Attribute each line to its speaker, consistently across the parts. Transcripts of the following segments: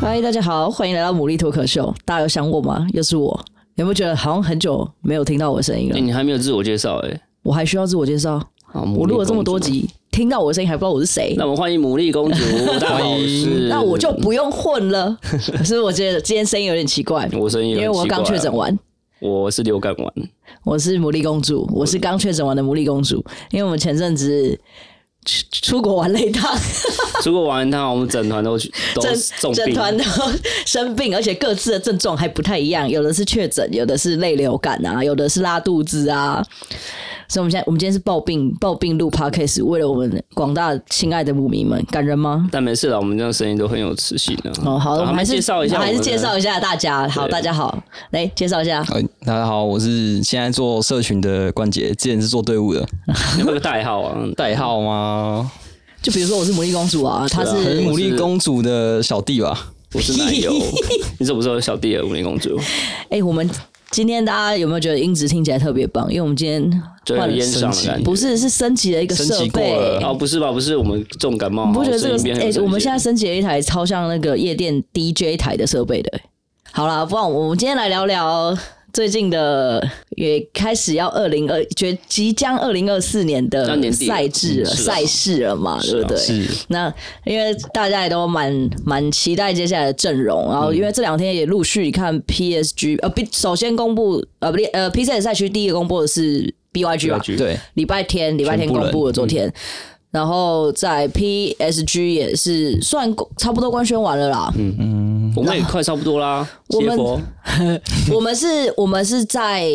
Speaker 1: 嗨，大家好，欢迎来到牡蛎脱口秀。大家有想我吗？又是我，有没有觉得好像很久没有听到我的声音了
Speaker 2: 欸？你还没有自我介绍哎、欸。
Speaker 1: 我还需要自我介绍？
Speaker 2: 好，牡蛎
Speaker 1: 我录了这么
Speaker 2: 公主
Speaker 1: 多，集，听到我的声音还不知道我是谁，
Speaker 2: 那我们欢迎牡蛎 公主，大家好，我是
Speaker 1: 那我就不用混 了。可是我觉得今天声音有点奇怪，
Speaker 2: 我声音
Speaker 1: 因
Speaker 2: 有点
Speaker 1: 为我
Speaker 2: 奇怪
Speaker 1: 刚
Speaker 2: 啊
Speaker 1: 确诊，完。
Speaker 2: 我是流感完，
Speaker 1: 我是牡蛎公主，我是刚确诊完的牡蛎公主，因为我们前阵子出出国玩了一趟，
Speaker 2: 出国玩一趟，我们整 团都去都
Speaker 1: 整
Speaker 2: 哦重
Speaker 1: 整
Speaker 2: 病，
Speaker 1: 团都生病，而且各自的症状还不太一样，有的是确诊，有的是类流感啊，有的是拉肚子啊。所以我们现在我们今天是暴病暴病录 podcast，为了我们广大亲爱的母迷们，感人吗？
Speaker 2: 但没事了，我们这样声音都很有磁性的、啊。
Speaker 1: 哦，好，我
Speaker 2: 我
Speaker 1: 们还
Speaker 2: 们
Speaker 1: 是
Speaker 2: 介绍一下，
Speaker 1: 还是介绍。 一下大家。好，
Speaker 2: 对
Speaker 1: 大家好，来介绍一下。
Speaker 3: 呃，大家好，我是现在做社群的冠杰，之前是做队伍的，
Speaker 2: 有没有个代号啊？
Speaker 3: 代号吗？
Speaker 1: 就比如说我是牡蛎公主啊，她
Speaker 3: 可能
Speaker 1: 是
Speaker 3: 牡蛎公主的小弟吧。
Speaker 2: 我是 奶油，你怎么说小弟的牡蛎公主？
Speaker 1: 哎、我们今天大家有没有觉得音质听起来特别棒？因为我们今天
Speaker 2: 就有
Speaker 1: 换了
Speaker 2: 烟上的感觉。
Speaker 1: 不是是升级了一个设
Speaker 3: 升级过
Speaker 1: 备。
Speaker 3: 了
Speaker 2: 哦，不是吧？不是我们重感冒，
Speaker 1: 你不觉得这
Speaker 2: 声音
Speaker 1: 个？
Speaker 2: 变很
Speaker 1: 哎、
Speaker 2: 有磁
Speaker 1: 我们现在
Speaker 2: 性
Speaker 1: 升级了一台超像那个夜店 DJ 台的设备的、好啦，不然我们今天来聊聊最近的，也开始要二零二，觉即将二零二四年
Speaker 2: 要
Speaker 1: 的
Speaker 2: 年底了
Speaker 1: 赛制了，
Speaker 2: 嗯是啊
Speaker 1: 赛事了嘛，
Speaker 2: 是啊
Speaker 1: 对不对？
Speaker 3: 是
Speaker 1: 那因为大家也都蛮蛮期待接下来的阵容，
Speaker 2: 嗯
Speaker 1: 然后因为这两天也陆续看 PSG，呃，B 首先公布呃不呃 PCS 赛区第一个公布的是 BYG 吧，
Speaker 2: BYG
Speaker 3: 对，
Speaker 1: 礼拜天，礼拜天公布了昨
Speaker 3: 嗯
Speaker 1: 天，然后在 PSG 也是算公差不多官宣完了啦。
Speaker 3: 嗯
Speaker 2: 我们也快差不多啦。
Speaker 1: 我们
Speaker 2: 谢佛
Speaker 1: 我们是，我们是在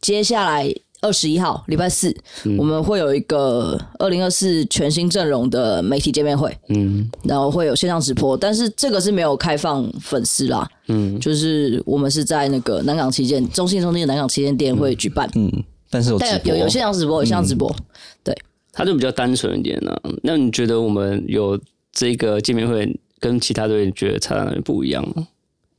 Speaker 1: 接下来二十一号礼拜四，
Speaker 3: 嗯
Speaker 1: 我们会有一个二零二四全新阵容的媒体见面会，
Speaker 2: 嗯，
Speaker 1: 然后会有线上直播，但是这个是没有开放粉丝啦。嗯，就是我们是在那个南港旗舰中信中心的南港旗舰店会举办，
Speaker 3: 嗯，但是有直
Speaker 1: 但
Speaker 3: 播，嗯
Speaker 1: 有有线上直播，有线上直播。
Speaker 2: 他就比较单纯一点呢、那你觉得我们有这个见面会跟其他队觉得差在哪里不一样吗？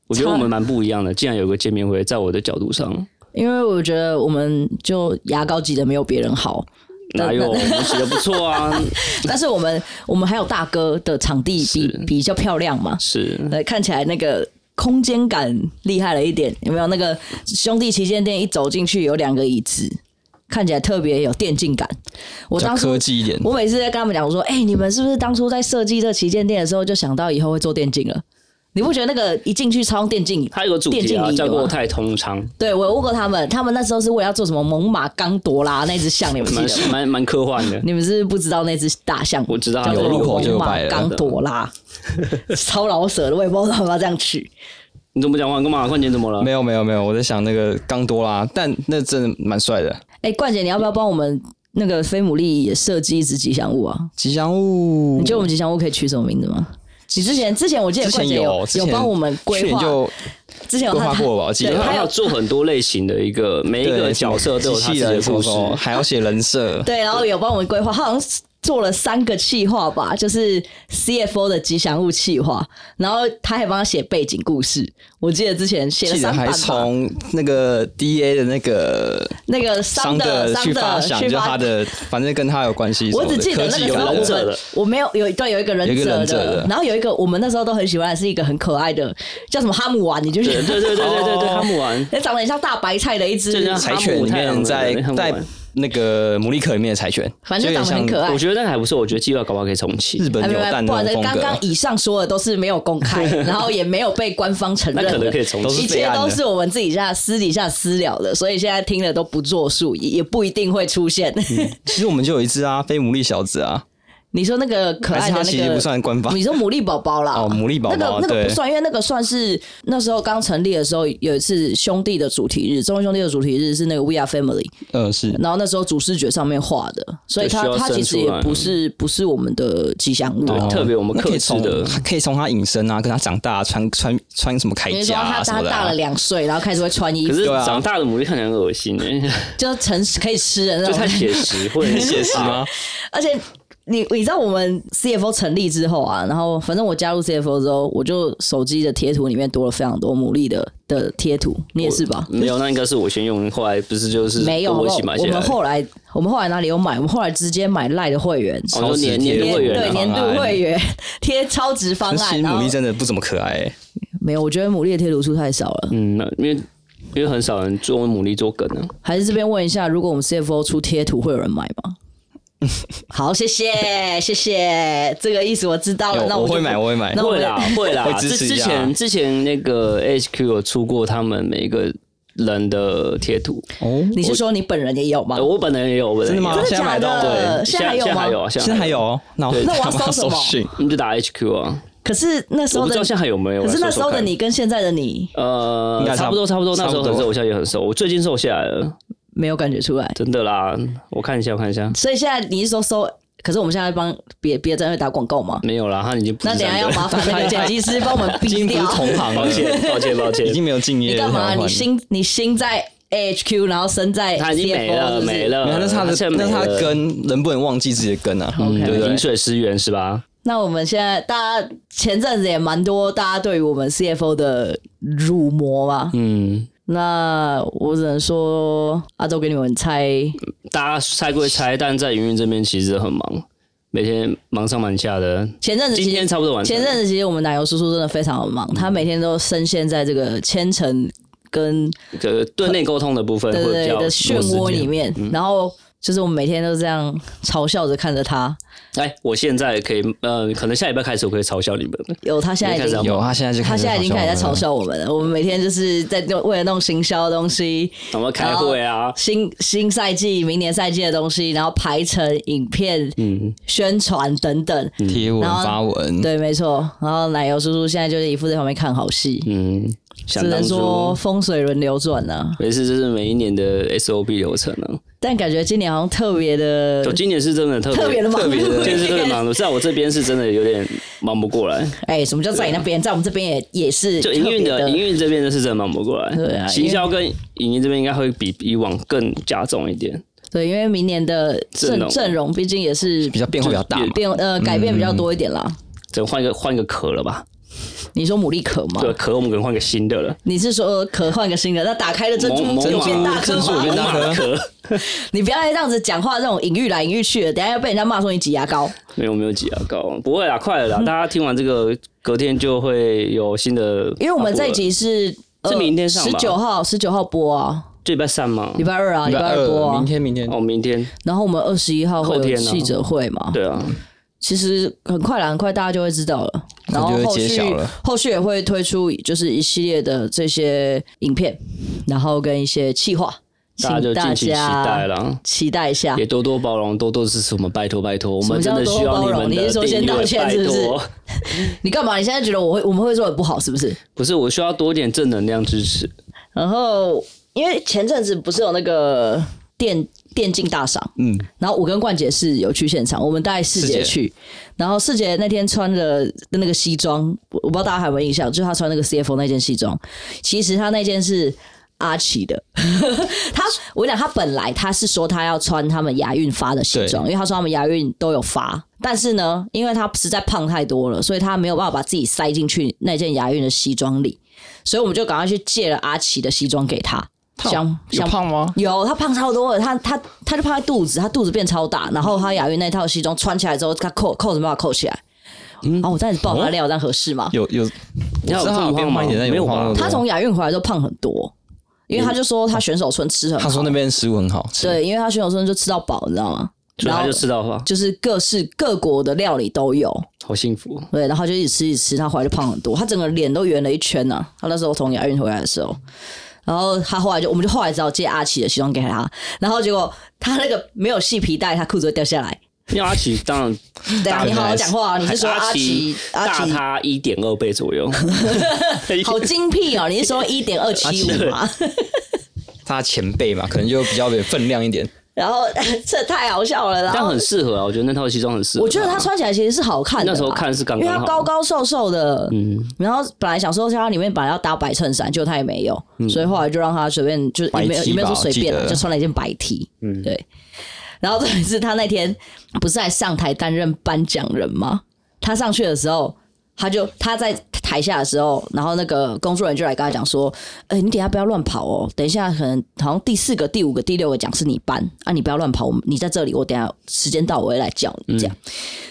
Speaker 2: 我觉得
Speaker 1: 差
Speaker 2: 我们蛮不一样的。既然有个见面会，在我的角度上，
Speaker 1: 因为我觉得我们就牙膏挤的没有别人好，
Speaker 2: 哪有我们洗的不错 啊？
Speaker 1: 但是我们我们还有大哥的场地比比较漂亮嘛，
Speaker 2: 是
Speaker 1: 对，看起来那个空间感厉害了一点，有没有？那个兄弟旗舰店一走进去有两个椅子，看起来特别有电竞感。我
Speaker 3: 比较
Speaker 1: 当
Speaker 3: 科
Speaker 1: 初
Speaker 3: 技一点，
Speaker 1: 我每次在跟他们讲，我说：“哎、你们是不是当初在设计这旗舰店的时候就想到以后会做电竞了？”你不觉得那个一进去超像电竞？
Speaker 2: 它有个主
Speaker 1: 电
Speaker 2: 题
Speaker 1: 竞
Speaker 2: 啊，
Speaker 1: 椅
Speaker 2: 叫
Speaker 1: 的吗
Speaker 2: 过太通昌，
Speaker 1: 对我有问过他们，他们那时候是为了要做什么猛犸刚铎拉那只象，你们记得吗？
Speaker 3: 啊
Speaker 2: 蛮蛮蛮科幻 的。
Speaker 1: 你们是不是不知道那只大象？
Speaker 2: 我知道
Speaker 1: 叫做
Speaker 2: 有路
Speaker 3: 口啊就有
Speaker 1: 龙马
Speaker 3: 白了
Speaker 1: 刚朵 拉，超老舍的，我也不知道他们要这样取。
Speaker 2: 你怎么讲话？干嘛？冠杰怎么了
Speaker 3: 没？有没有没有，我在想那个刚多拉，但那真的蛮帅的
Speaker 1: 哎、冠姐，你要不要帮我们那个飞牡蛎也设计一只吉祥物啊？
Speaker 3: 吉祥物
Speaker 1: 你。觉得我们吉祥物可以取什么名字吗？你之前之前我记得
Speaker 3: 之
Speaker 1: 冠
Speaker 3: 前
Speaker 1: 姐有
Speaker 3: 之
Speaker 1: 有
Speaker 3: 前
Speaker 1: 帮我们
Speaker 3: 去
Speaker 1: 规
Speaker 3: 年
Speaker 1: 划，
Speaker 3: 就
Speaker 1: 之前有
Speaker 3: 规划
Speaker 1: 他
Speaker 3: 过吧我记得
Speaker 1: 对，
Speaker 2: 他
Speaker 1: 还
Speaker 2: 要
Speaker 1: 有
Speaker 2: 做很多类型的一个，每一个
Speaker 3: 对
Speaker 2: 角色都有他自
Speaker 3: 机器
Speaker 2: 己的
Speaker 3: 人什
Speaker 2: 故
Speaker 3: 么
Speaker 2: 事
Speaker 3: 什。么，还要写人设，
Speaker 1: 对，然后有帮我们规划，他好像是做了三个企划吧，就是 CFO 的吉祥物企划，然后他还帮他写背景故事。我记得之前写了
Speaker 3: 记得
Speaker 1: 三版
Speaker 3: 还
Speaker 1: 吧。
Speaker 3: 从那个 D A 的那个
Speaker 1: 那个商
Speaker 3: 商
Speaker 1: 的
Speaker 3: 的
Speaker 1: 商
Speaker 3: 去发想，
Speaker 1: 去
Speaker 3: 就
Speaker 1: 发
Speaker 3: 他。的，反正跟他有关系什
Speaker 1: 我
Speaker 3: 么的。
Speaker 1: 只记得
Speaker 3: 科
Speaker 1: 那个
Speaker 3: 技有
Speaker 1: 时候我
Speaker 2: 忍者
Speaker 1: 们
Speaker 2: 的
Speaker 1: 我没有有对有一个忍
Speaker 3: 有一个
Speaker 1: 者
Speaker 3: 忍者
Speaker 1: 的
Speaker 3: 的，
Speaker 1: 然后有一个我们那时候都很喜欢的是一个很可爱的叫什么哈姆丸，你就
Speaker 2: 对
Speaker 1: 觉
Speaker 2: 对
Speaker 1: 得
Speaker 2: 对对对对对，
Speaker 3: 哦
Speaker 2: 哈姆玩
Speaker 1: 也长得很像大白菜的一
Speaker 2: 就
Speaker 1: 只
Speaker 2: 像，
Speaker 3: 柴犬里面在
Speaker 2: 哈姆太
Speaker 3: 在
Speaker 2: 郎的
Speaker 3: 那个牡蛎壳里面的柴犬，
Speaker 1: 反正就长得很
Speaker 3: 有点
Speaker 1: 可爱
Speaker 2: 我。觉得那个还不错，我觉得计划搞不好可以重启
Speaker 3: 像。哎日本
Speaker 1: 哎
Speaker 3: 扭
Speaker 1: 没有
Speaker 3: 蛋
Speaker 1: 不
Speaker 3: 那
Speaker 1: 然
Speaker 3: 种风
Speaker 1: 刚刚
Speaker 3: 格。
Speaker 1: 以上说的都是没有公 开，然后也没有被官方承认
Speaker 2: 那可能
Speaker 1: 的
Speaker 2: 可以重
Speaker 3: 都
Speaker 2: 启
Speaker 3: 是
Speaker 1: 一
Speaker 3: 备
Speaker 1: 切
Speaker 3: 案的
Speaker 1: 都是我们自己下私底下私聊的，所以现在听了都不作数，也也不一定会出现。
Speaker 3: 其实我们就有一只啊，非牡蛎小子啊，
Speaker 1: 你说那个可爱的那
Speaker 3: 还是它其
Speaker 1: 个
Speaker 3: 实不算官方
Speaker 1: 你说牡蛎宝宝啦？
Speaker 3: 哦牡蛎宝宝
Speaker 1: 那个那个不
Speaker 3: 对
Speaker 1: 算，因为那个算是那时候刚成立的时候，有一次兄弟的主题日，中文兄弟的主题日是那个 We Are Family，
Speaker 3: 嗯，是
Speaker 1: 然后那时候主视觉上面画的，所以它
Speaker 2: 对需要
Speaker 1: 它
Speaker 2: 生
Speaker 1: 其实也
Speaker 2: 出来
Speaker 1: 不是不是我们的吉祥物
Speaker 2: 对
Speaker 1: 啊。
Speaker 2: 特别我们
Speaker 3: 哦那可
Speaker 2: 克
Speaker 3: 以
Speaker 2: 制
Speaker 3: 从
Speaker 2: 的，
Speaker 3: 可以从他隐身啊，跟他长大穿穿穿什么铠
Speaker 1: 你是说
Speaker 3: 甲
Speaker 1: 他
Speaker 3: 啊什
Speaker 1: 他
Speaker 3: 么的
Speaker 1: 大了
Speaker 3: 啊，
Speaker 1: 两岁，然后开始会穿衣
Speaker 2: 可
Speaker 1: 服，
Speaker 2: 是
Speaker 3: 对啊
Speaker 2: 长大的牡蛎看起来很恶心哎、
Speaker 1: 就成可以吃的那
Speaker 2: 就
Speaker 1: 种
Speaker 2: 太。写实，会很
Speaker 3: 写实吗？
Speaker 1: 而且你你知道我们 CFO 成立之后啊，然后反正我加入 CFO 之后，我就手机的贴图里面多了非常多牡蛎的的贴图，你也是吧？
Speaker 2: 没有，那应该是我先用，后来不是就是
Speaker 1: 没有，
Speaker 2: 跟我一
Speaker 1: 好
Speaker 2: 起
Speaker 1: 不好
Speaker 2: 买
Speaker 1: 我
Speaker 2: 下
Speaker 1: 们
Speaker 2: 来。
Speaker 1: 后来我们后来哪里有买？我们后来直接买赖的会员，
Speaker 2: 哦，就年
Speaker 3: 超
Speaker 2: 年
Speaker 3: 市
Speaker 2: 度
Speaker 3: 贴
Speaker 2: 会员
Speaker 1: 对
Speaker 2: 啊，
Speaker 1: 年度会员贴超值方
Speaker 3: 可是
Speaker 1: 案，
Speaker 3: 其实
Speaker 1: 然
Speaker 3: 牡
Speaker 1: 后
Speaker 3: 蛎真的不怎么可爱、欸，
Speaker 1: 没有，我觉得牡蛎的贴图数太少了。
Speaker 2: 嗯，那因为因为很少人做牡蛎做梗 啊，
Speaker 1: 还是这边问一下，如果我们 CFO 出贴图，会有人买吗？好，谢谢，谢谢，这个意思我知道了。
Speaker 3: 有
Speaker 1: 那
Speaker 3: 我
Speaker 1: 就
Speaker 3: 会买，我会买。
Speaker 1: 那我
Speaker 2: 哎会 啦会啦
Speaker 3: 会，
Speaker 2: 之
Speaker 3: 支持一
Speaker 2: 之
Speaker 3: 下
Speaker 2: 前之前那个 HQ 有出过他们每一个人的贴图，
Speaker 3: 哦，
Speaker 1: 你是说你本人也有吗
Speaker 2: 呃？我本人也有，我本人
Speaker 3: 真的吗
Speaker 2: 也有
Speaker 1: 真的
Speaker 3: 现在
Speaker 1: 假
Speaker 3: 买到
Speaker 1: 的？
Speaker 2: 对，
Speaker 1: 现在还
Speaker 2: 有
Speaker 1: 有
Speaker 2: 呃现在
Speaker 1: 吗
Speaker 2: 还？有，啊
Speaker 3: 现在还，有？那
Speaker 2: 对
Speaker 1: 那我要搜
Speaker 3: 要
Speaker 1: 什么
Speaker 3: 讯
Speaker 2: 你就打 HQ 啊，
Speaker 1: 可是那时
Speaker 2: 我
Speaker 1: 候
Speaker 2: 不知
Speaker 1: 的
Speaker 2: 道，现在还有没有，
Speaker 1: 可是那
Speaker 2: 我来
Speaker 1: 时
Speaker 2: 搜搜
Speaker 1: 候的
Speaker 2: 看
Speaker 1: 你跟现在的你
Speaker 2: 呃
Speaker 3: 应，该差
Speaker 2: 差不多，差不多。那时候
Speaker 3: 差
Speaker 2: 很
Speaker 3: 不多
Speaker 2: 瘦，我现在也很瘦。我最近瘦下来了，
Speaker 1: 没有感觉出来，
Speaker 2: 真的啦。我看一下，我看一下，
Speaker 1: 所以现在你是说搜？可是我们现在帮别别的单位打广告吗？
Speaker 2: 没有啦，他已经不
Speaker 1: 那
Speaker 2: 是
Speaker 1: 等一下要
Speaker 2: 三个
Speaker 1: 麻烦那个剪辑师帮我们
Speaker 3: 已
Speaker 1: 逼
Speaker 3: 经不是
Speaker 1: 掉。
Speaker 3: 同行 了
Speaker 2: 抱，歉，抱歉，抱
Speaker 3: 已
Speaker 2: 歉，
Speaker 3: 经没有敬业
Speaker 1: 你
Speaker 3: 了。
Speaker 1: 干嘛？
Speaker 3: 想换
Speaker 1: 你心你心在 AHQ，然后身在
Speaker 2: 他已经没
Speaker 1: CFO 是不
Speaker 2: 了，
Speaker 1: 呃是
Speaker 2: 没了。
Speaker 3: 没有，那是他的，
Speaker 2: 现在
Speaker 3: 那
Speaker 2: 没
Speaker 3: 是他
Speaker 2: 了
Speaker 3: 的根，人不能忘记自己的根啊。
Speaker 2: 嗯，
Speaker 1: OK
Speaker 2: 对，
Speaker 1: 对
Speaker 2: 饮水思源是吧？
Speaker 1: 那我们现在大家前阵子也蛮多，大家对于我们 CFO 的辱没嘛。
Speaker 2: 嗯，
Speaker 1: 那我只能说，阿周给你们猜，
Speaker 2: 大家猜归猜，但在营运这边其实很忙，每天忙上忙下的。
Speaker 1: 前阵子
Speaker 2: 今
Speaker 1: 其
Speaker 2: 天
Speaker 1: 实
Speaker 2: 差不多完成
Speaker 1: 前
Speaker 2: 了。
Speaker 1: 阵子其实我们奶油叔叔真的非常的忙，他每天都深陷在这个千层跟
Speaker 2: 呃，对内沟通的部分
Speaker 1: 对
Speaker 2: 会
Speaker 1: 对
Speaker 2: 比较
Speaker 1: 对的漩涡里。面，
Speaker 2: 嗯
Speaker 1: 然后就是我们每天都这样嘲笑着看着他。
Speaker 2: 哎，我现在可以，呃，可能下礼拜开始我可以嘲笑你们 了。
Speaker 1: 有他现在已
Speaker 2: 你开
Speaker 1: 经
Speaker 2: 始
Speaker 3: 有，他现在就
Speaker 1: 他现在已经开始在嘲
Speaker 3: 我们了。
Speaker 1: 笑我们了。我们每天就是在弄为了弄行销的东西，
Speaker 2: 我们开会啊，
Speaker 1: 新新赛季、明年赛季的东西，然后排成影片、
Speaker 2: 嗯，
Speaker 1: 宣传等等。
Speaker 3: 贴文
Speaker 1: 然后
Speaker 3: 发文，
Speaker 1: 对，没错。然后奶油叔叔现在就是一副在旁边看好戏，
Speaker 2: 嗯，
Speaker 1: 只
Speaker 2: 想当
Speaker 1: 能
Speaker 2: 初
Speaker 1: 说风水轮流转呢、啊。
Speaker 2: 没事，这是每一年的 SOP 流程啊。
Speaker 1: 但感觉今年好像特别的
Speaker 2: 就，今年是真的特别
Speaker 1: 特别的忙
Speaker 2: 特 别
Speaker 1: 对
Speaker 2: 今年是特别忙碌，在我这边是真的有点忙不 过来。
Speaker 1: 哎、什么叫在你那边，在我们这边也也是
Speaker 2: 就营运
Speaker 1: 特别
Speaker 2: 的营运这边的是真的忙不过来，
Speaker 1: 对啊
Speaker 2: 行销跟营运这边应该会比以往更加重一点。
Speaker 1: 对，因为明年的
Speaker 2: 阵
Speaker 1: 阵
Speaker 2: 容
Speaker 1: 阵容毕竟也是
Speaker 3: 比较变化比较大嘛。
Speaker 1: 变呃改变比较多一点啦。
Speaker 2: 整换一个换一个壳了吧？
Speaker 1: 你说牡蛎壳吗？
Speaker 2: 对，壳我们可能换个新的了。
Speaker 1: 你是说呃壳换个新的？那打开的珍珠
Speaker 2: 萌萌
Speaker 1: 有
Speaker 2: 马
Speaker 1: 变大颗
Speaker 3: 珍珠有
Speaker 1: 吗
Speaker 2: 猛
Speaker 3: 变？大
Speaker 2: 犸 壳
Speaker 1: 你不要这样子讲话，这种隐喻来隐喻去的，等一下要被人家骂说你挤牙膏。
Speaker 2: 没有没有挤牙膏，不会啦，快了啦！大家听完这个，隔天就会有新的发布了，
Speaker 1: 因为我们这一集是呃
Speaker 2: 是明天上
Speaker 1: 十
Speaker 2: 吧
Speaker 1: 九号，十九号播啊，
Speaker 2: 这礼拜三嘛
Speaker 1: 礼，拜二啊，礼拜二播啊
Speaker 3: 明。天明天
Speaker 2: 哦，明天
Speaker 1: 然后我们二十一号会
Speaker 2: 后
Speaker 1: 有
Speaker 2: 天啊
Speaker 1: 记者会嘛？
Speaker 2: 对啊，
Speaker 1: 其实很快啦，很快大家就会知道了。然后
Speaker 3: 就会
Speaker 1: 后
Speaker 3: 揭
Speaker 1: 续
Speaker 3: 晓了
Speaker 1: 后续也会推出就是一系列的这些影片，然后跟一些企划，请
Speaker 2: 大家就
Speaker 1: 大
Speaker 2: 敬请期待
Speaker 1: 家
Speaker 2: 啦。
Speaker 1: 期待一下
Speaker 2: 也。多多包容，多多支持我们，拜托拜托，我
Speaker 1: 啊什么
Speaker 2: 们
Speaker 1: 叫
Speaker 2: 真的需要
Speaker 1: 多多包
Speaker 2: 们
Speaker 1: 容你
Speaker 2: 的
Speaker 1: 是说先
Speaker 2: 订
Speaker 1: 道
Speaker 2: 阅，
Speaker 1: 歉
Speaker 2: 拜
Speaker 1: 是不是
Speaker 2: 托。
Speaker 1: 你干嘛？你现在觉得我会我们会做的不好是不是？
Speaker 2: 不是，我需要多一点正能量支持。
Speaker 1: 然后因为前阵子不是有那个电电竞大赏，嗯，然后我跟冠姐是有去现场，我们带世
Speaker 3: 世
Speaker 1: 杰
Speaker 3: 杰
Speaker 1: 去，然后世杰那天穿的那个西装，我我不知道大家还有没有印象，就是他穿那个 CFO 那件西装，其实他那件是。阿奇的， 他我跟你讲，他本来他是说他要穿他们亚运发的西装，因为他说他们亚运都有发，但是呢，因为他实在胖太多了，所以他没有办法把自己塞进去那件亚运的西装里，所以我们就赶快去借了阿奇的西装给他，想
Speaker 3: 有
Speaker 1: 想
Speaker 3: 胖吗？
Speaker 1: 有他胖超多了，他他他就胖在肚子，他肚子变超大，然后他亚运那套西装穿起来之后，他扣扣子没办法扣起来，
Speaker 3: 嗯
Speaker 1: 然后我在爆他料，这样合适吗？
Speaker 3: 有有，
Speaker 2: 你
Speaker 3: 我知道他有变胖一点，但
Speaker 2: 没有
Speaker 3: 胖那
Speaker 2: 吧
Speaker 3: 么？多
Speaker 1: 他从亚运回来就胖很多，因为他就说他选手村吃很好，
Speaker 3: 他说那边食物很好吃，
Speaker 1: 对，因为他选手村就吃到饱，你知道吗？
Speaker 2: 所以
Speaker 1: 然
Speaker 2: 他
Speaker 1: 后
Speaker 2: 就吃到吧，
Speaker 1: 就是各式各国的料理都有，
Speaker 2: 好幸福。
Speaker 1: 对，然后就一直吃一直吃，他回来就胖很多，他整个脸都圆了一圈呢、啊。他那时候从亚运回来的时候，然后他后来就，我们就后来只好借阿奇的西装给他，然后结果他那个没有系皮带，他裤子会掉下来。
Speaker 2: 因为阿奇当然，
Speaker 1: 对啊，
Speaker 2: 大
Speaker 1: 你好好讲话、啊，你是说
Speaker 2: 阿
Speaker 1: 奇阿
Speaker 2: 大
Speaker 1: 奇
Speaker 2: 他一点二倍左右，
Speaker 1: 好精辟哦？你是说一点二七五吗？
Speaker 3: 他前辈嘛，可能就比较有分量一点。
Speaker 1: 然后这太好笑了，然
Speaker 2: 但
Speaker 1: 后
Speaker 2: 很适合啊，我觉得那套西装很适合。
Speaker 1: 我觉得他，穿起来其实是好看的啦，
Speaker 2: 那时候看是刚
Speaker 1: 因
Speaker 2: 刚
Speaker 1: 为
Speaker 2: 好
Speaker 1: 他高高瘦瘦的，
Speaker 2: 嗯，
Speaker 1: 然后本来想说他里面本来要搭白衬衫，结果他也没
Speaker 2: 嗯
Speaker 1: 有，所以后来就让他随便就是也没
Speaker 3: 白
Speaker 1: 有
Speaker 3: T
Speaker 1: 也没有
Speaker 3: 吧
Speaker 1: 说随便啊
Speaker 3: 我记，得
Speaker 1: 就穿了一件白 T，嗯，对。然后重点是他那天不是还上台担任颁奖人吗？他上去的时候，他就他在台下的时候，然后那个工作人员就来跟他讲说：“哎、你等一下不要乱跑哦，等一下可能好像第四个、第五个、第六个奖是你颁啊，你不要乱跑，我们你在这里，我等一下时间到我会来叫你这
Speaker 2: 嗯
Speaker 1: 样。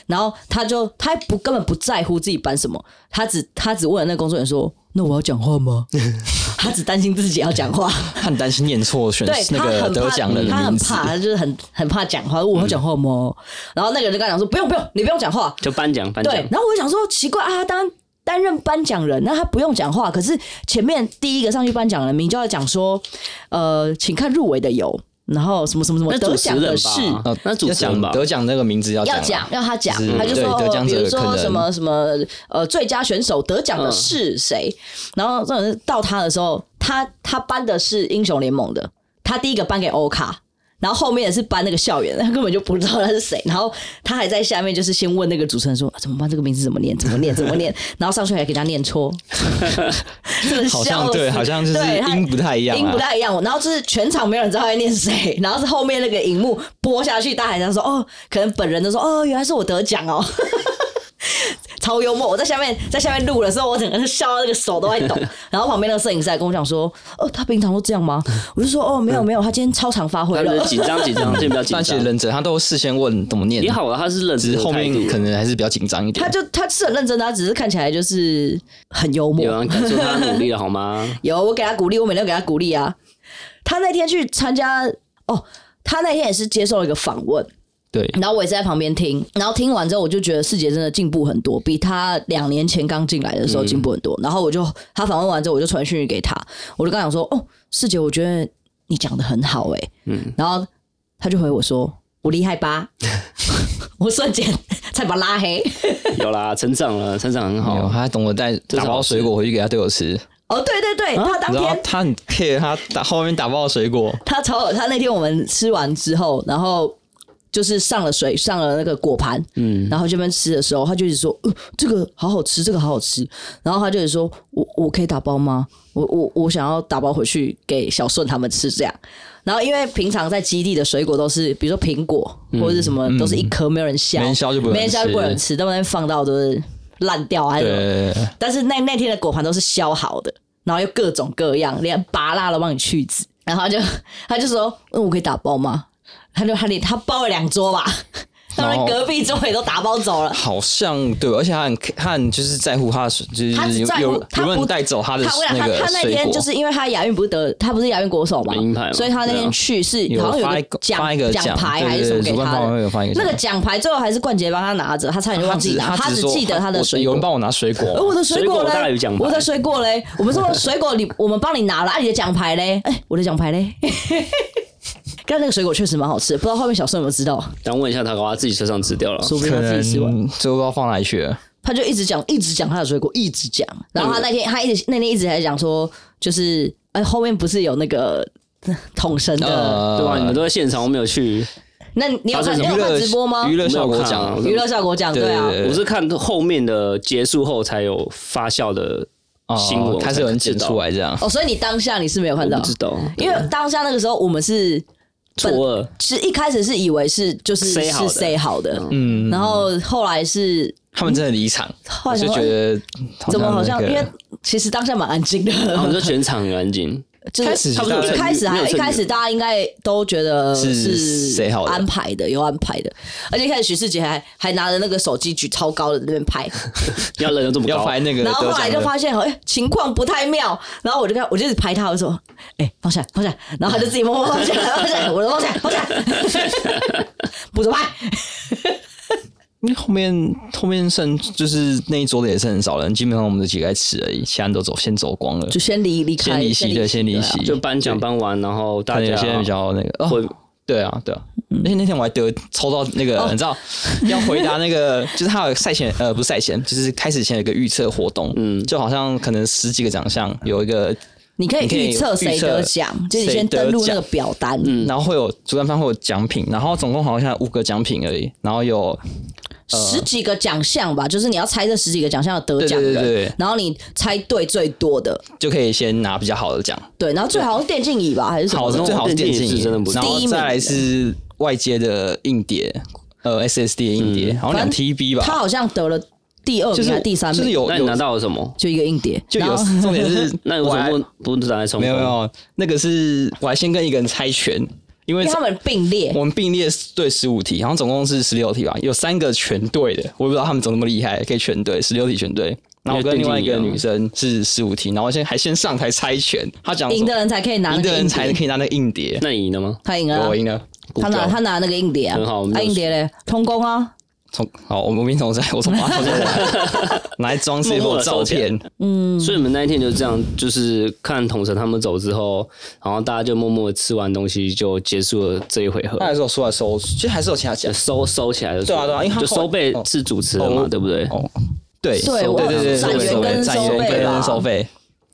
Speaker 1: 然后他就他不根本不在乎自己颁什么，他只他只问了那工作人员说：“那我要讲话 吗？”他只担心自己要讲话。
Speaker 2: 嗯
Speaker 3: 他很担心念错选
Speaker 1: 对
Speaker 3: 那
Speaker 1: 他
Speaker 3: 个
Speaker 1: 很
Speaker 3: 得
Speaker 1: 怕，
Speaker 3: 奖人
Speaker 1: 他
Speaker 3: 的
Speaker 1: 很
Speaker 3: 名字，
Speaker 1: 怕，他就是很很怕讲话。我要讲话吗？
Speaker 2: 嗯
Speaker 1: 然后那个人就跟他讲说：“不用不用，你不用讲话。
Speaker 2: 就颁奖”颁
Speaker 1: 对
Speaker 2: 奖，，
Speaker 1: 然后我就想说奇怪啊，他当担任颁奖人，那他不用讲话，可是前面第一个上去颁奖人名就要讲说：“呃，请看入围的有，然后什么什么什么
Speaker 2: 那主
Speaker 1: 得
Speaker 2: 持
Speaker 1: 奖的
Speaker 2: 人
Speaker 1: 是。”
Speaker 2: 吧，那主
Speaker 3: 哦要
Speaker 2: 持人
Speaker 3: 讲
Speaker 2: 吧，
Speaker 3: 得奖那个名字要
Speaker 1: 要
Speaker 3: 讲
Speaker 1: 讲
Speaker 3: 啊，，
Speaker 1: 让他讲
Speaker 3: 就，是
Speaker 1: 他就
Speaker 3: 对
Speaker 1: 说
Speaker 3: 得，奖
Speaker 1: 比
Speaker 3: 者
Speaker 1: 如
Speaker 3: 可
Speaker 1: 说
Speaker 3: 能
Speaker 1: 什么什么，呃，最佳选手得奖的是谁？然后这种到他的时候，他他颁的是英雄联盟的，他第一个颁给欧卡。然后后面也是颁那个校园的，他根本就不知道他是谁。然后他还在下面，就是先问那个主持人说、啊怎么办？这个名字怎么念？怎么念？怎么念？然后上去还给他念错， 真的
Speaker 3: 好
Speaker 1: 笑
Speaker 3: 像
Speaker 1: 死
Speaker 3: 对，好像就是
Speaker 1: 对他
Speaker 3: 音不太一样
Speaker 1: 音
Speaker 3: 啊
Speaker 1: 不。太一样。然后就是全场没有人知道他在念谁，然后是后面那个荧幕播下去，大家还在说哦，可能本人都说哦，原来是我得奖哦。 超幽默！我在下面在下面录的时候，我整个人笑到那个手都在抖。然后旁边那个摄影师还跟我讲说：“哦，他平常都这样吗？”我就说：“哦，没有没有，他今天超常发挥
Speaker 2: 他
Speaker 1: 了
Speaker 2: 就。是紧张紧 张，这比较紧
Speaker 3: 但其实
Speaker 2: 张。
Speaker 3: 忍者他都事先问怎么念
Speaker 2: 也，好啊，他是认
Speaker 3: 只
Speaker 2: 知
Speaker 3: 是
Speaker 2: 的
Speaker 3: 后
Speaker 2: 态度
Speaker 3: 面可能还是比较紧张一”点
Speaker 1: 他。就他是很认真的，他只是看起来就是很幽默。
Speaker 2: 有
Speaker 3: 啊
Speaker 2: 人感受他努力了好吗？
Speaker 1: 有，我给他鼓励，我每天都给他鼓励啊。他那天去参加哦，他那天也是接受了一个访问，
Speaker 3: 对，
Speaker 1: 然后我也是在旁边听，然后听完之后，我就觉得世杰真的进步很多，比他两年前刚进来的时候进步很多。然后我就他访问完之后，我就传讯息给他， 我就跟他讲说：“哦，世杰，我觉得你讲的很好、欸，哎，嗯。”然后他就回我说：“我厉害吧？” 我瞬间才把他拉黑。
Speaker 2: 有啦，成长了，成长很
Speaker 3: 哦，
Speaker 2: 好。
Speaker 3: 他还懂得带
Speaker 2: 是
Speaker 3: 打包
Speaker 2: 好事
Speaker 3: 水果回去给他队友吃，
Speaker 1: 哦，对对对，他当
Speaker 3: 然后
Speaker 1: 天
Speaker 3: 他很 care 他打后面打包的水果，
Speaker 1: 他超好他那天我们吃完之后，然后就是上了水，上了那个果盘，嗯，然后这边吃的时候，他就一直说、呃，这个好好吃，这个好好吃，然后他就一直说，我我可以打包吗？我我我想要打包回去给小顺他们吃，这样。然后因为平常在基地的水果都是，比如说苹果或者是什么，都是一颗没有人削，
Speaker 3: 嗯没人削就不能
Speaker 1: 没人削就不能
Speaker 3: 吃
Speaker 1: 吃，都在那边放到都是烂掉还是什么
Speaker 3: 对，
Speaker 1: 但是那那天的果盘都是削好的，然后又各种各样，连拔蜡都帮你去籽。然后他就 他就说：“嗯，我可以打包吗？”他就他连他包了两桌吧， 他
Speaker 3: 然
Speaker 1: 们
Speaker 3: 后
Speaker 1: 隔壁桌也都打包走了。
Speaker 3: 好像对，而且他很他很就是在乎他的水，就
Speaker 1: 他
Speaker 3: 是
Speaker 1: 只
Speaker 3: 有
Speaker 1: 在乎
Speaker 3: 有
Speaker 1: 他
Speaker 3: 有没有
Speaker 1: 不
Speaker 3: 人带走哦他的
Speaker 1: 他我跟你
Speaker 3: 那
Speaker 1: 讲
Speaker 3: 个
Speaker 1: 他他那
Speaker 3: 水
Speaker 1: 天
Speaker 3: 果
Speaker 1: 就。是因为他亚运不是得他不是亚运国手嘛
Speaker 2: 没银牌，嘛
Speaker 1: 所以他那天去是
Speaker 3: 有
Speaker 1: 好像有
Speaker 3: 发
Speaker 1: 个
Speaker 3: 一个
Speaker 1: 奖
Speaker 3: 发一个
Speaker 1: 奖
Speaker 3: 奖
Speaker 1: 牌还
Speaker 3: 对
Speaker 1: 是什么
Speaker 3: 对
Speaker 1: 给
Speaker 3: 主办
Speaker 1: 他
Speaker 3: 方会有发一
Speaker 1: 的
Speaker 3: 个。
Speaker 1: 那
Speaker 3: 奖
Speaker 1: 个奖牌最后还是冠杰帮他拿着，他差点就忘记拿，
Speaker 3: 他
Speaker 1: 他
Speaker 3: 只
Speaker 1: 只
Speaker 3: 说
Speaker 1: 记得他的
Speaker 3: 我
Speaker 1: 水
Speaker 3: 有
Speaker 1: 果
Speaker 3: 人。帮我拿水果，
Speaker 1: 而哎 我的水果
Speaker 2: 水果大
Speaker 1: 嘞
Speaker 2: 于奖，牌
Speaker 1: 我的水果嘞，我们说水果你，我们帮你拿了，啊，你的奖牌嘞，哎、我的奖牌嘞。 但那个水果确实蛮好吃的，不知道后面小顺有没有知道，
Speaker 2: 想问一下他，他自己车上吃掉了。
Speaker 1: 说不定
Speaker 3: 可
Speaker 1: 他自
Speaker 3: 能
Speaker 1: 己吃完。
Speaker 3: 最后不知道放哪里去了。
Speaker 1: 他就一直讲，一直讲他的水果，一直讲。然后他那天，他一直那天一直在讲说，就是哎、后面不是有那个桶神
Speaker 3: 哦
Speaker 1: 的？
Speaker 2: 对啊吧？你们都在现场，我没有去。
Speaker 1: 那你有
Speaker 2: 发
Speaker 1: 看
Speaker 2: 生
Speaker 1: 啊你
Speaker 2: 什
Speaker 1: 有
Speaker 2: 么
Speaker 1: 看直播吗
Speaker 3: 呃娱？乐效果
Speaker 2: 我没有
Speaker 3: 奖
Speaker 2: 看啊
Speaker 1: 娱乐效果奖
Speaker 3: 对
Speaker 1: 对啊，
Speaker 3: 对
Speaker 2: 我是看后面的结束后才有发酵的
Speaker 3: 哦
Speaker 2: 新闻，
Speaker 3: 开始有人剪出
Speaker 2: 来，
Speaker 3: 来这样，
Speaker 1: 哦，所以你当下你是没有看
Speaker 2: 我
Speaker 1: 到
Speaker 2: 不，知道，
Speaker 1: 因为当下那个时候我们是
Speaker 2: 错愕。
Speaker 1: 是一开始是以为是就是
Speaker 2: Say 好
Speaker 1: 是
Speaker 2: 的
Speaker 1: say 好的，
Speaker 3: 嗯，
Speaker 1: 然后后来是
Speaker 3: 他们真的离场，
Speaker 1: 后
Speaker 3: 我
Speaker 1: 来
Speaker 3: 就
Speaker 1: 想
Speaker 3: 觉
Speaker 1: 说哎
Speaker 3: 得
Speaker 1: 怎么好像
Speaker 3: 那
Speaker 1: 因
Speaker 3: 个
Speaker 1: 为其实当下蛮安静的，
Speaker 2: 然后就哦全场很安 静，
Speaker 1: 就是
Speaker 3: 开始
Speaker 1: 他们
Speaker 3: 大家
Speaker 1: 一开始
Speaker 2: 没有
Speaker 1: 还
Speaker 2: 证
Speaker 1: 一
Speaker 2: 据
Speaker 1: 开始大家应该都觉得
Speaker 3: 是谁好的
Speaker 1: 安排的有安排的，而且一开始许世杰还还拿着那个手机举超高的那边拍，
Speaker 2: 要人有这么
Speaker 3: 要
Speaker 2: 高，
Speaker 3: 拍那个
Speaker 1: 然
Speaker 3: 得
Speaker 1: 后
Speaker 3: 奖的，
Speaker 1: 后来就发现好像、哎情况不太妙，然后我就看我就一直拍他，我就说哎、放下来放下来，然后他就自己默默放下来放下来，我说放下来放下来，不准拍。
Speaker 3: 因为后面后面剩就是那一桌的也是很少人，基本上我们就几个在吃而已，其他人都走先走光了
Speaker 1: 就，先离离啊开，
Speaker 3: 先离席对，先啊离席，
Speaker 2: 就颁奖颁完，然后
Speaker 3: 可
Speaker 2: 大
Speaker 3: 能有
Speaker 2: 家
Speaker 3: 些人比较那个
Speaker 2: 会
Speaker 3: 哦。对啊，对啊，而且那天我还得抽到那个，你知道，要回答那个， 就是他有赛前呃，不是赛前，就是开始前有一个预测活动，嗯，就好像可能十几个奖项有一个，
Speaker 1: 你可以
Speaker 3: 你可以
Speaker 1: 预测谁
Speaker 3: 预测
Speaker 1: 得奖，就你先
Speaker 3: 谁得
Speaker 1: 登录那
Speaker 3: 奖嗯
Speaker 1: 个表单。
Speaker 2: 嗯
Speaker 3: 然后会有主办方会有奖品，然后总共好像有五个奖品而已，然后有
Speaker 1: 十几个奖项吧，就是你要猜这十几个奖项的得奖
Speaker 3: 呃对
Speaker 1: 人，
Speaker 3: 对对对
Speaker 1: 然后你猜对最多的，
Speaker 3: 就可以先拿比较好的奖，
Speaker 1: 对，然后最好是电竞椅吧，还是什
Speaker 3: 好
Speaker 1: 么？
Speaker 3: 最好是电
Speaker 2: 电竞椅
Speaker 3: 竞
Speaker 2: 是真的不
Speaker 3: 椅，然
Speaker 1: 第一
Speaker 3: 后
Speaker 1: 名
Speaker 3: 再来是外接的硬碟，呃 SSD 的硬碟，好像两
Speaker 1: 反正
Speaker 3: TB 吧，
Speaker 1: 他好像得了第二
Speaker 3: 就
Speaker 1: 名还
Speaker 3: 是
Speaker 1: 是第三名，
Speaker 3: 就是哦有
Speaker 2: 那你拿
Speaker 3: 有
Speaker 2: 到了什么？
Speaker 1: 就一个硬碟，
Speaker 3: 就有
Speaker 1: 然后，
Speaker 3: 重点是
Speaker 2: 那
Speaker 3: 我
Speaker 2: 我怎
Speaker 3: 还
Speaker 2: 么不不拿来充？
Speaker 3: 没有没，有，那个是我还先跟一个人猜拳，因为
Speaker 1: 因为他们并列
Speaker 3: 我们并列对十五题，好像总共是十六题吧，有三个全对的，我也不知道他们怎么那么厉害，可以全对，十六题全对。然后我跟另外一个女生是十五题，然后现在还先上台猜拳，她讲
Speaker 1: 赢的人才可以拿那
Speaker 3: 赢
Speaker 1: 个
Speaker 3: 的人
Speaker 1: 硬
Speaker 3: 才
Speaker 1: 碟，
Speaker 3: 可以拿那个硬碟，
Speaker 2: 那你赢了吗？
Speaker 1: 他赢了啊
Speaker 3: 我，赢了。
Speaker 1: 他拿他拿那个硬碟啊，
Speaker 2: 很好我们
Speaker 1: 啊
Speaker 2: 就
Speaker 1: 硬碟嘞，通工啊，
Speaker 3: 从好，我们明从再我从马桶再来 拿来装饰一
Speaker 2: 默
Speaker 3: 我
Speaker 2: 默地
Speaker 3: 照
Speaker 2: 收起来
Speaker 3: 片，
Speaker 2: 所以你们那一天就这样，就是看统神他们走之后，然后大家就默默地吃完东西就结束了这一回合
Speaker 3: 她，还是有出来收，其实还是有其他奖
Speaker 2: 就。收收起来就出来
Speaker 3: 对啊对啊因为他
Speaker 2: 就
Speaker 3: 后
Speaker 1: 嗯
Speaker 3: 来
Speaker 2: 收贝是主持人嘛
Speaker 3: 哦，
Speaker 2: 对不对？
Speaker 3: 哦，对
Speaker 1: 对
Speaker 3: 收
Speaker 1: 我
Speaker 3: 对对对，
Speaker 2: 展
Speaker 3: 收
Speaker 2: 员
Speaker 3: 收
Speaker 2: 跟
Speaker 3: 展
Speaker 1: 收费
Speaker 3: 员
Speaker 1: 吧
Speaker 3: 跟收费，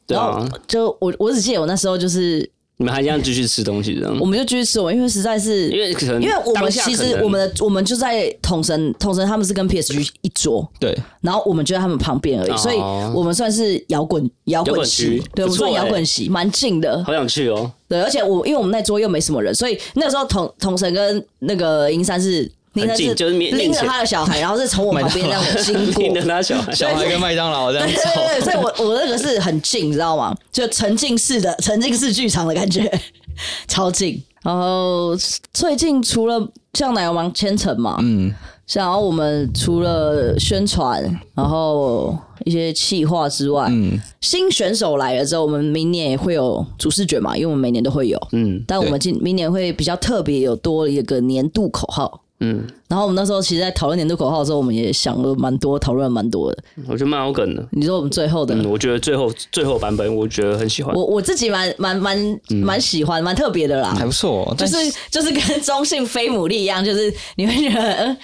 Speaker 2: 对
Speaker 1: 然
Speaker 2: 啊
Speaker 1: 后，就我我只记得我那时候就是，
Speaker 2: 你们还这样继续吃东西这样
Speaker 1: 我，们就继续吃哦完，因为实在是
Speaker 2: 因为可能
Speaker 1: 因为我们
Speaker 2: 当下
Speaker 1: 其
Speaker 2: 可
Speaker 1: 实
Speaker 2: 能
Speaker 1: 我们的我们就在统神统神他们是跟 PSG 一桌，
Speaker 3: 对，
Speaker 1: 然后我们就在他们旁边而已，
Speaker 2: 哦
Speaker 1: 所以我们算是摇滚摇
Speaker 2: 摇
Speaker 1: 滚
Speaker 2: 滚区
Speaker 1: 席，对，我们
Speaker 2: 不错
Speaker 1: 算摇
Speaker 2: 欸
Speaker 1: 滚席，蛮近的，
Speaker 2: 好想去哦，
Speaker 1: 对，而且我因为我们那桌又没什么人，所以那时候统统神跟那个银山是林山
Speaker 2: 很近
Speaker 1: 是
Speaker 2: 就是面
Speaker 1: 拎
Speaker 2: 面
Speaker 1: 着
Speaker 2: 前
Speaker 1: 他的小孩，然后是从我旁边那 样经 过
Speaker 2: 你。的他 小孩，
Speaker 3: 小孩跟麦当劳这 样哦
Speaker 1: 对
Speaker 3: 走，
Speaker 1: 对对，所以我我那个是很近，你知道吗？就沉浸式的沉浸式剧场的感觉， 超近。然后最近除了像奶油王千层嘛，
Speaker 3: 嗯，
Speaker 1: 然后我们除了宣传，然后一些企划之外，
Speaker 3: 嗯
Speaker 1: 新选手来了之后，我们明年也会有主视觉嘛，因为我们每年都会有，
Speaker 2: 嗯
Speaker 1: 但我们
Speaker 3: 对
Speaker 1: 今明年会比较特别，有多一个年度口号。
Speaker 2: 嗯，
Speaker 1: 然后我们那时候其实，在讨论年度口号的时候，我们也想了蛮多，讨论了蛮多的。
Speaker 2: 我觉得蛮好梗的。
Speaker 1: 你说我们最后的，
Speaker 2: 嗯，我觉得最后最后版本，我觉得很喜欢。
Speaker 1: 我我自己蛮蛮蛮蛮喜欢，蛮特别的啦
Speaker 3: 还。不错，哦
Speaker 1: 就
Speaker 3: 但
Speaker 1: 是就是跟中性非牡蛎一样，就是你会觉得嗯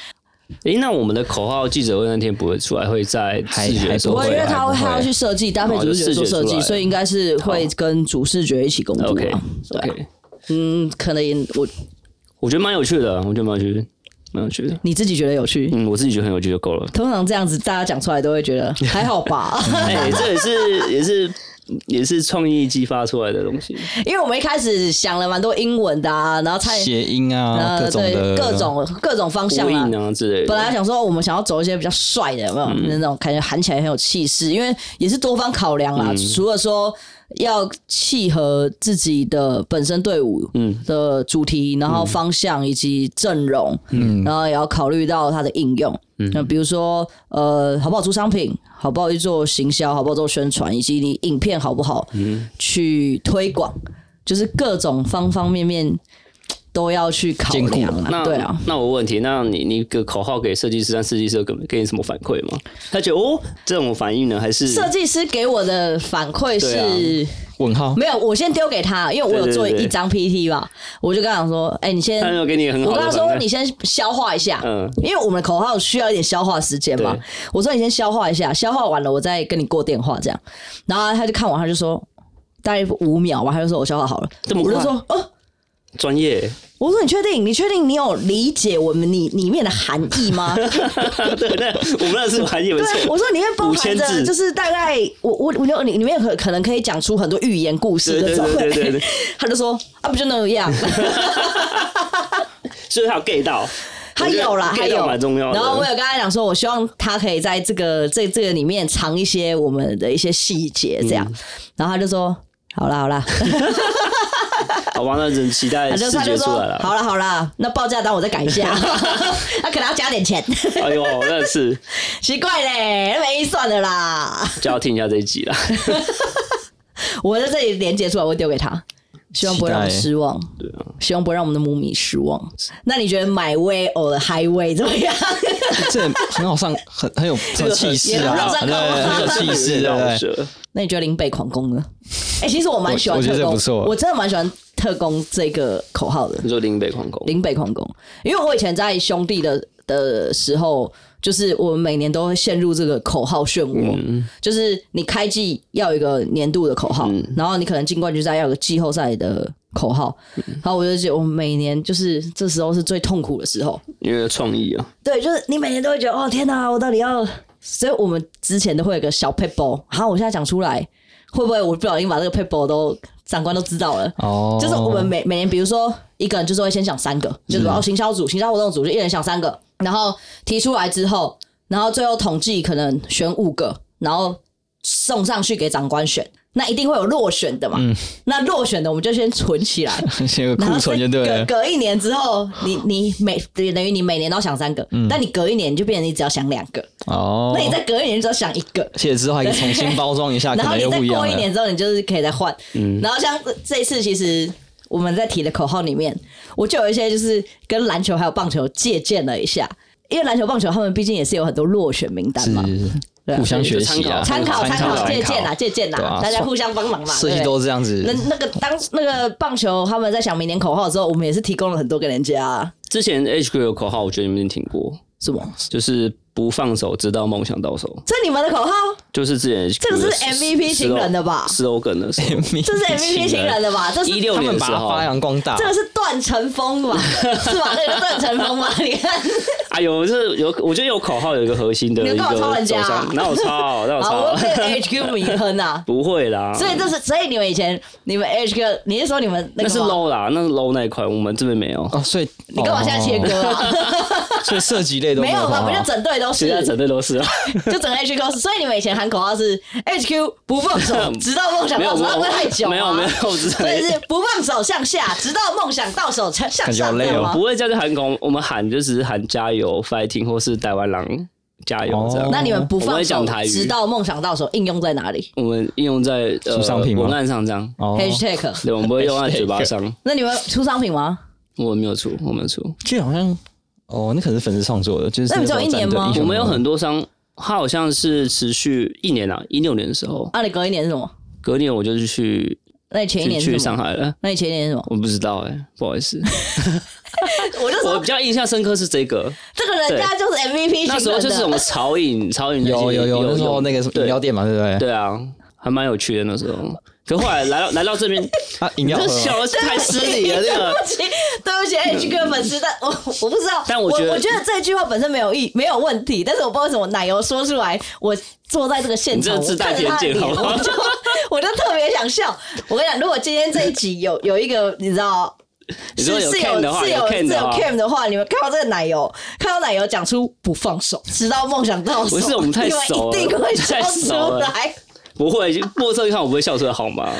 Speaker 2: 诶，那我们的口号记者会那天不会出来，会在
Speaker 3: 还
Speaker 2: 视觉的时候
Speaker 1: 不
Speaker 3: 还
Speaker 1: 会，
Speaker 2: 会
Speaker 1: 因为他
Speaker 3: 不
Speaker 1: 会
Speaker 3: 会
Speaker 1: 他要去设计搭配
Speaker 2: 哦
Speaker 1: 主视觉做
Speaker 2: 就视觉
Speaker 1: 设
Speaker 2: 出
Speaker 1: 计，
Speaker 2: 来
Speaker 1: 所以应该是会跟主视觉一起工作
Speaker 2: OK
Speaker 1: 吧。对啊
Speaker 2: OK，
Speaker 1: 嗯，可能也我
Speaker 2: 我觉得蛮有趣的，我觉得蛮有趣的，蛮有趣的。
Speaker 1: 你自己觉得有趣。
Speaker 2: 嗯，我自己觉得很有趣就够了。
Speaker 1: 通常这样子，大家讲出来都会觉得还好吧，
Speaker 2: 哎、这也是也是也是创意激发出来的东西。
Speaker 1: 因为我们一开始想了蛮多英文的啊，然后差点
Speaker 3: 谐音啊，各
Speaker 1: 呃
Speaker 3: 种
Speaker 1: 对
Speaker 3: 的
Speaker 1: 各种各种方向
Speaker 2: 呼
Speaker 1: 啊
Speaker 2: 应。啊之类的。
Speaker 1: 本来想说我们想要走一些比较帅的，有没有、
Speaker 3: 嗯
Speaker 1: 那种感觉喊起来很有气势？因为也是多方考量啦，
Speaker 3: 嗯
Speaker 1: 除了说要契合自己的本身队伍
Speaker 3: 嗯
Speaker 1: 的主题，然后方向以及阵容，
Speaker 3: 嗯
Speaker 1: 然后也要考虑到它的应用。那比如说，呃，好不好出商品，好不好去做行销，好不好做宣传，以及你影片好不好
Speaker 3: 嗯
Speaker 1: 去推广，就是各种方方面面都要去考
Speaker 3: 兼顾
Speaker 1: 量
Speaker 2: 那
Speaker 1: 啊。对啊，，
Speaker 2: 那我问题，那你你个口号给设计师，但设计师有给给你什么反馈吗？他觉得哦，这种反应呢，还是
Speaker 1: 设计师给我的反馈
Speaker 2: 对啊
Speaker 1: 是、
Speaker 3: 问号，
Speaker 1: 没有，我先丢给他，因为我有做
Speaker 2: 对对对
Speaker 1: 一张 PT 嘛，我就跟他讲说，哎、你先
Speaker 2: 他，有给你很好
Speaker 1: 我
Speaker 2: 的
Speaker 1: 跟
Speaker 2: 反馈？
Speaker 1: 他说你先消化一下，
Speaker 2: 嗯
Speaker 1: 因为我们的口号需要一点消化时间嘛
Speaker 2: 对，
Speaker 1: 我说你先消化一下，消化完了我再跟你过电话这样，然后他就看完他就说。大概五秒吧，他就说我消化好了，
Speaker 2: 这么
Speaker 1: 我
Speaker 2: 快
Speaker 1: 就说哦，
Speaker 2: 专业，
Speaker 1: 我说你确定？你确定你有理解我们里里面的含义吗？
Speaker 2: 对，那我们那是玩也不
Speaker 1: 对，
Speaker 2: 错。
Speaker 1: 我说里面包含
Speaker 2: 5000
Speaker 1: 着
Speaker 2: 字
Speaker 1: 就是大概我我我觉得里面可可能可以讲出很多寓言故事
Speaker 2: 对
Speaker 1: 的
Speaker 2: 对
Speaker 1: 种
Speaker 2: 对对对对
Speaker 1: 他就说啊不就那 样，
Speaker 2: 所以他有 get 到，
Speaker 1: 他有啦，
Speaker 2: 我觉
Speaker 1: 他
Speaker 2: 得 get
Speaker 1: 有
Speaker 2: 到蛮重要的。
Speaker 1: 然后我有跟他讲说，我希望他可以在这个这这个里面藏一些我们的一些细节这样，
Speaker 2: 嗯
Speaker 1: 然后他就说好啦好 啦，
Speaker 2: 好吧，那真期待
Speaker 1: 他
Speaker 2: 视
Speaker 1: 就他就
Speaker 2: 觉出
Speaker 1: 说
Speaker 2: 来了。
Speaker 1: 好啦好啦，那报价单我再改一 下， 他可能要加点钱，
Speaker 2: 哎呦，那是
Speaker 1: 奇怪嘞，那没预算的啦。
Speaker 2: 就要听一下这一 集啦。
Speaker 1: 我在这里连接出来，我会丢给他，希望不会让我们
Speaker 3: 期待
Speaker 1: 失望。
Speaker 2: 对啊，
Speaker 1: 希望不会让我们的母米失望。那你觉得买 way or highway 怎么样？
Speaker 3: 这很好上，很很有很有气势
Speaker 1: 也很
Speaker 3: 啊
Speaker 1: 好，上
Speaker 3: 对，很有气势，对
Speaker 2: 的
Speaker 3: 不对。
Speaker 1: 那你觉得林北狂攻呢？哎、其实我蛮喜欢
Speaker 3: 我我
Speaker 1: 特
Speaker 3: 觉得
Speaker 1: 工，
Speaker 3: 这不错啊
Speaker 1: 我真的蛮喜欢特工这个口号的。
Speaker 2: 你说林北狂攻，
Speaker 1: 林北狂攻，因为我以前在兄弟的的时候，就是我们每年都会陷入这个口号漩涡，
Speaker 3: 嗯
Speaker 2: 嗯
Speaker 1: 就是你开季要有一个年度的口号，然后你可能进冠军赛要有个季后赛的口号，然后我就觉得我每年就是这时候是最痛苦的时候，
Speaker 2: 因为创意啊，
Speaker 1: 对，就是你每年都会觉得，哦天哪，我到底要……所以我们之前都会有个小 paper，好，我现在讲出来，会不会我不小心把这个 paper 都长官都知道了。
Speaker 3: 哦，嗯
Speaker 1: 就是我们每每年，比如说一个人就是会先想三个，就是哦，行销组、行销活动组就一人想三个，然后提出来之后，然后最后统计可能选五个，然后送上去给长官选。那一定会有落选的嘛？那落选的我们就先存起来，
Speaker 3: 先有个
Speaker 1: 然
Speaker 3: 嗯 库
Speaker 1: 后
Speaker 3: 存就对
Speaker 1: 隔
Speaker 3: 了。
Speaker 1: 隔一年之后，你你每等于你每年都想三个，但你隔一年就变成你只要想两个，
Speaker 3: 嗯哦，
Speaker 1: 那你再隔一年就只要想一个，
Speaker 3: 而且之后还可以重新包装一下，啊可
Speaker 1: 然后
Speaker 3: 能
Speaker 1: 你
Speaker 3: 又
Speaker 1: 再
Speaker 3: 不一样
Speaker 1: 过一
Speaker 3: 了。嗯
Speaker 1: 年之后，你就是可以再换。然后像这这一次，其实我们在提的口号里面，我就有一些就是跟篮球还有棒球借鉴了一下，因为篮球、棒球他们毕竟也是有很多落选名单嘛，
Speaker 3: 是
Speaker 1: 对啊
Speaker 3: 互相学习啊，
Speaker 1: 参考、参
Speaker 3: 参
Speaker 1: 考、
Speaker 3: 考
Speaker 1: 借 鉴啊、借鉴
Speaker 3: 对
Speaker 1: 啊，
Speaker 3: 啊
Speaker 1: 大家互相帮忙嘛。
Speaker 3: 设计
Speaker 1: 对不对
Speaker 3: 都是这样子
Speaker 1: 那。那个当那个棒球他们在想明年口号的时候，我们也是提供了很多给人家啊
Speaker 2: 之前 H Q 有口号，我觉得你们一定听过，
Speaker 1: 什么？
Speaker 2: 就是不放手，直到梦想到手，
Speaker 1: 这是你们的口号，
Speaker 2: 就是之前 H
Speaker 1: 这
Speaker 2: Q
Speaker 1: 个是 MVP 情人的吧？
Speaker 2: slogan 的时候，
Speaker 1: 这 是 MVP 情人的吧？这是
Speaker 2: 一六
Speaker 3: 他
Speaker 2: 年
Speaker 3: 们
Speaker 2: 的
Speaker 3: 把
Speaker 2: 时
Speaker 3: 它
Speaker 2: 候，
Speaker 3: 发扬光大
Speaker 1: 这，个是段成风吧？是吧？那个叫段成风吧？你看，
Speaker 2: 啊，有是有，我觉得有口号有一个核心的
Speaker 1: 你
Speaker 2: 一
Speaker 1: 有
Speaker 2: 个
Speaker 1: 跟我抄人
Speaker 2: 走
Speaker 1: 家啊
Speaker 2: 向，哪 有抄？哪有
Speaker 1: 好，我
Speaker 2: 抄
Speaker 1: 们？被 HQ 迷坑啊！
Speaker 2: 不会 啦，
Speaker 1: 所以这是，所以你们以前你们 HQ，你是说你们那
Speaker 2: 那
Speaker 1: 个
Speaker 2: 是
Speaker 1: 吗
Speaker 2: low 啦，那是 low 那一块，我们这边没有。
Speaker 3: 哦，所以
Speaker 1: 你干嘛现在切
Speaker 3: 哦？
Speaker 1: 割啊？
Speaker 2: 哦
Speaker 3: 所以射击类 都
Speaker 1: 没有啊
Speaker 3: 有
Speaker 1: 吧？
Speaker 3: 好
Speaker 1: 不
Speaker 3: 好
Speaker 1: 就整队都是
Speaker 2: 现，在整队都是啊，
Speaker 1: 就整个 HQ 是。所以你们以前喊口号是 HQ 不放手，直到梦想
Speaker 2: 没有
Speaker 1: 到手，
Speaker 2: 我
Speaker 1: 那会不会太久啊
Speaker 2: 没有没有，我只
Speaker 1: 所以
Speaker 2: 是
Speaker 1: 是不放手向下，直到梦想到手向向
Speaker 3: 感觉好
Speaker 1: 上，
Speaker 3: 累
Speaker 1: 这样
Speaker 3: 哦
Speaker 1: 吗
Speaker 2: 不？会这样就喊口，我们喊就只是喊加油 fighting 或是台湾狼加油这样。
Speaker 3: 哦
Speaker 1: 那你们不
Speaker 2: 我
Speaker 1: 放
Speaker 2: 会
Speaker 1: 手
Speaker 2: 讲台，语哦
Speaker 1: 直到梦想到手，应用在哪里
Speaker 2: 我们应用在呃
Speaker 3: 书上品吗
Speaker 2: 文案上这样，
Speaker 3: 哦，
Speaker 1: ？Hashtag。
Speaker 2: 对，我们不会用在嘴巴上。
Speaker 1: 那你们出商品吗？
Speaker 2: 我没有出，我没有出。
Speaker 3: 这好像哦，那可能是粉丝创作的，就是
Speaker 1: 那你只有
Speaker 3: 种
Speaker 1: 一年
Speaker 3: 战队
Speaker 1: 吗
Speaker 3: 英雄
Speaker 2: 我们有
Speaker 3: 联盟
Speaker 2: 很多商，它好像是持续一年啊，一六年的时候，
Speaker 1: 啊，你隔一年是什么？
Speaker 2: 隔年我就去
Speaker 1: 那你前一
Speaker 2: 去
Speaker 1: 年是
Speaker 2: 去
Speaker 1: 什
Speaker 2: 上
Speaker 1: 么？
Speaker 2: 海了。
Speaker 1: 那你前一年是什么？
Speaker 2: 我不知道哎、不好 意思，
Speaker 1: 我就
Speaker 2: 我
Speaker 1: 说
Speaker 2: 比较印象深刻是这个，
Speaker 1: 这个人家就是 MVP
Speaker 2: 那时候就是 我们潮饮，潮饮
Speaker 3: 有有有，那时候那个什么饮
Speaker 2: 对
Speaker 3: 料店嘛，对不对？
Speaker 2: 对啊，还蛮有趣的那时候。可后来来到来到这 边，
Speaker 3: 啊，饮
Speaker 2: 你
Speaker 3: 料
Speaker 2: 这
Speaker 3: 喝吗
Speaker 2: 笑得太失礼了，这
Speaker 1: 对
Speaker 2: 个
Speaker 1: 不起，对不起，H 哥粉丝，但我我不知道，
Speaker 2: 但
Speaker 1: 我
Speaker 2: 我觉得
Speaker 1: 我觉得这句话本身没有意没有问题，但是我不知道为什么奶油说出来，我坐在这个现场，
Speaker 2: 你这
Speaker 1: 我
Speaker 2: 自带
Speaker 1: 看着他的
Speaker 2: 偏见
Speaker 1: 脸
Speaker 2: 好吗
Speaker 1: 我就我就特别想笑。我跟你讲，如果今天这一集有有一个你知道。
Speaker 2: 你
Speaker 1: 是
Speaker 2: 说有
Speaker 1: 是
Speaker 2: Ken 的话
Speaker 1: 是
Speaker 2: 有
Speaker 1: 有是
Speaker 2: Ken 的
Speaker 1: 有
Speaker 2: 话
Speaker 1: Cam 的话，你们看到这个奶油，看到奶油讲出不放手，直到梦想到手，
Speaker 2: 不是我们太
Speaker 1: 你们
Speaker 2: 熟了
Speaker 1: 一定会笑
Speaker 2: 太熟
Speaker 1: 出
Speaker 2: 了
Speaker 1: 来。
Speaker 2: 不会，陌生一看我不会笑出来好吗？